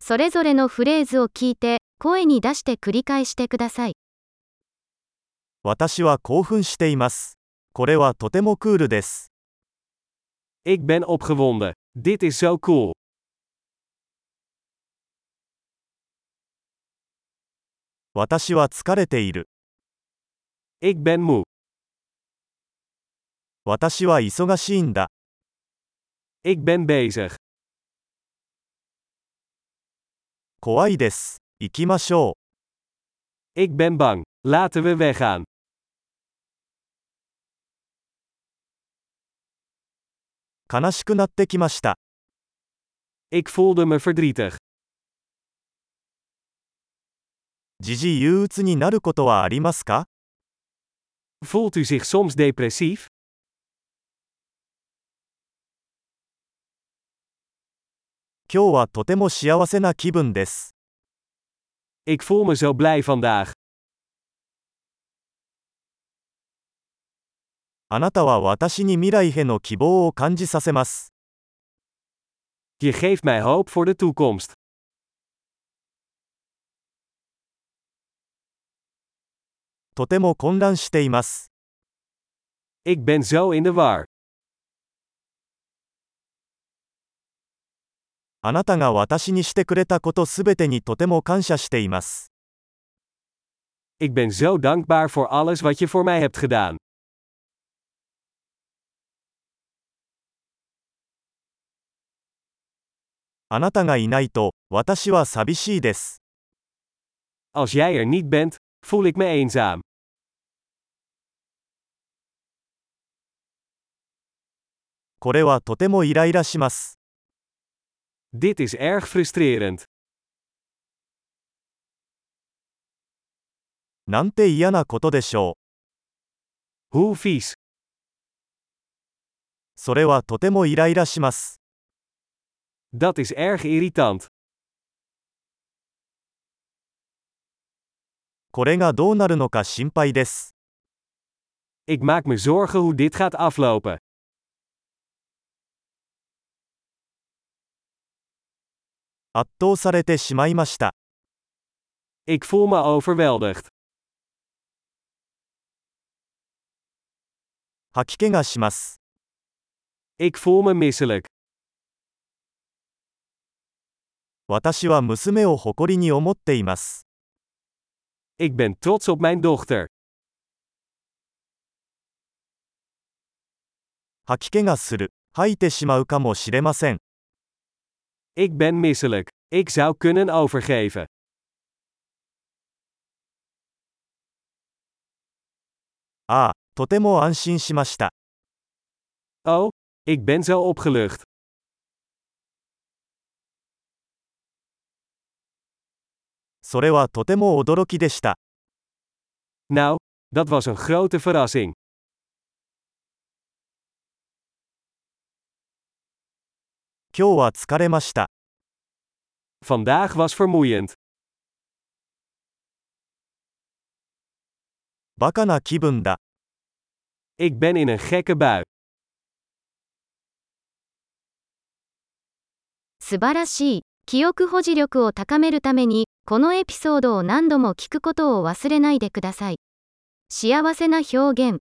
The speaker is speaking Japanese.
それぞれのフレーズを聞いて、声に出して繰り返してください。私は興奮しています。これはとてもクールです。 Ik ben opgewonden. Dit is zo cool. 私は疲れている。 Ik ben moe. 私は忙しいんだ。 Ik ben bezig. 怖いです。行きましょ Ik ben bang. Laten we weggaan. う。悲しくなってきました。 Ik voelde me verdrietig. 時々憂鬱になることはありますか Voelt u zich soms depressief? 今日はとても幸せな気分です。 Ik voel me zo blij vandaag. あなたは私に未来への希望を感じさせます。 Je geeft mij hoop voor de toekomst. とても混乱しています。 Ik ben zo in de war. あなたが私にしてくれたことすべてにとても感謝しています。 Ik ben zo dankbaar voor alles wat je voor mij hebt gedaan. あなたがいないと、私は寂しいです。 Als jij er niet bent, voel ik me eenzaam. これはとてもイライラします。 Dit is erg frustrerend. なんて嫌なことでしょう。 Hoe vies. それはとてもイライラします。 Dat is erg irritant. これがどうなるのか心配です。 Ik maak me zorgen hoe dit gaat aflopen. 圧倒されてしまいました。 Ik voel me overweldigd. 吐き気がします。 Ik voel me misselijk. 私は娘を誇りに思っています。 Ik ben trots op mijn dochter. 吐き気がする。吐いてしまうかもしれません。 Ik ben misselijk. Ik zou kunnen overgeven. ああ、とても安心しました。 Oh, ik ben zo opgelucht. それはとても驚きでした。 Nou, dat was een grote verrassing. 今日は疲れました。 Vandaag was vermoeiend. バカな気分だ。 Ik ben in een gekke bui. 素晴らしい。記憶保持力を高めるために、このエピソードを何度も聞くことを忘れないでください。幸せな表現。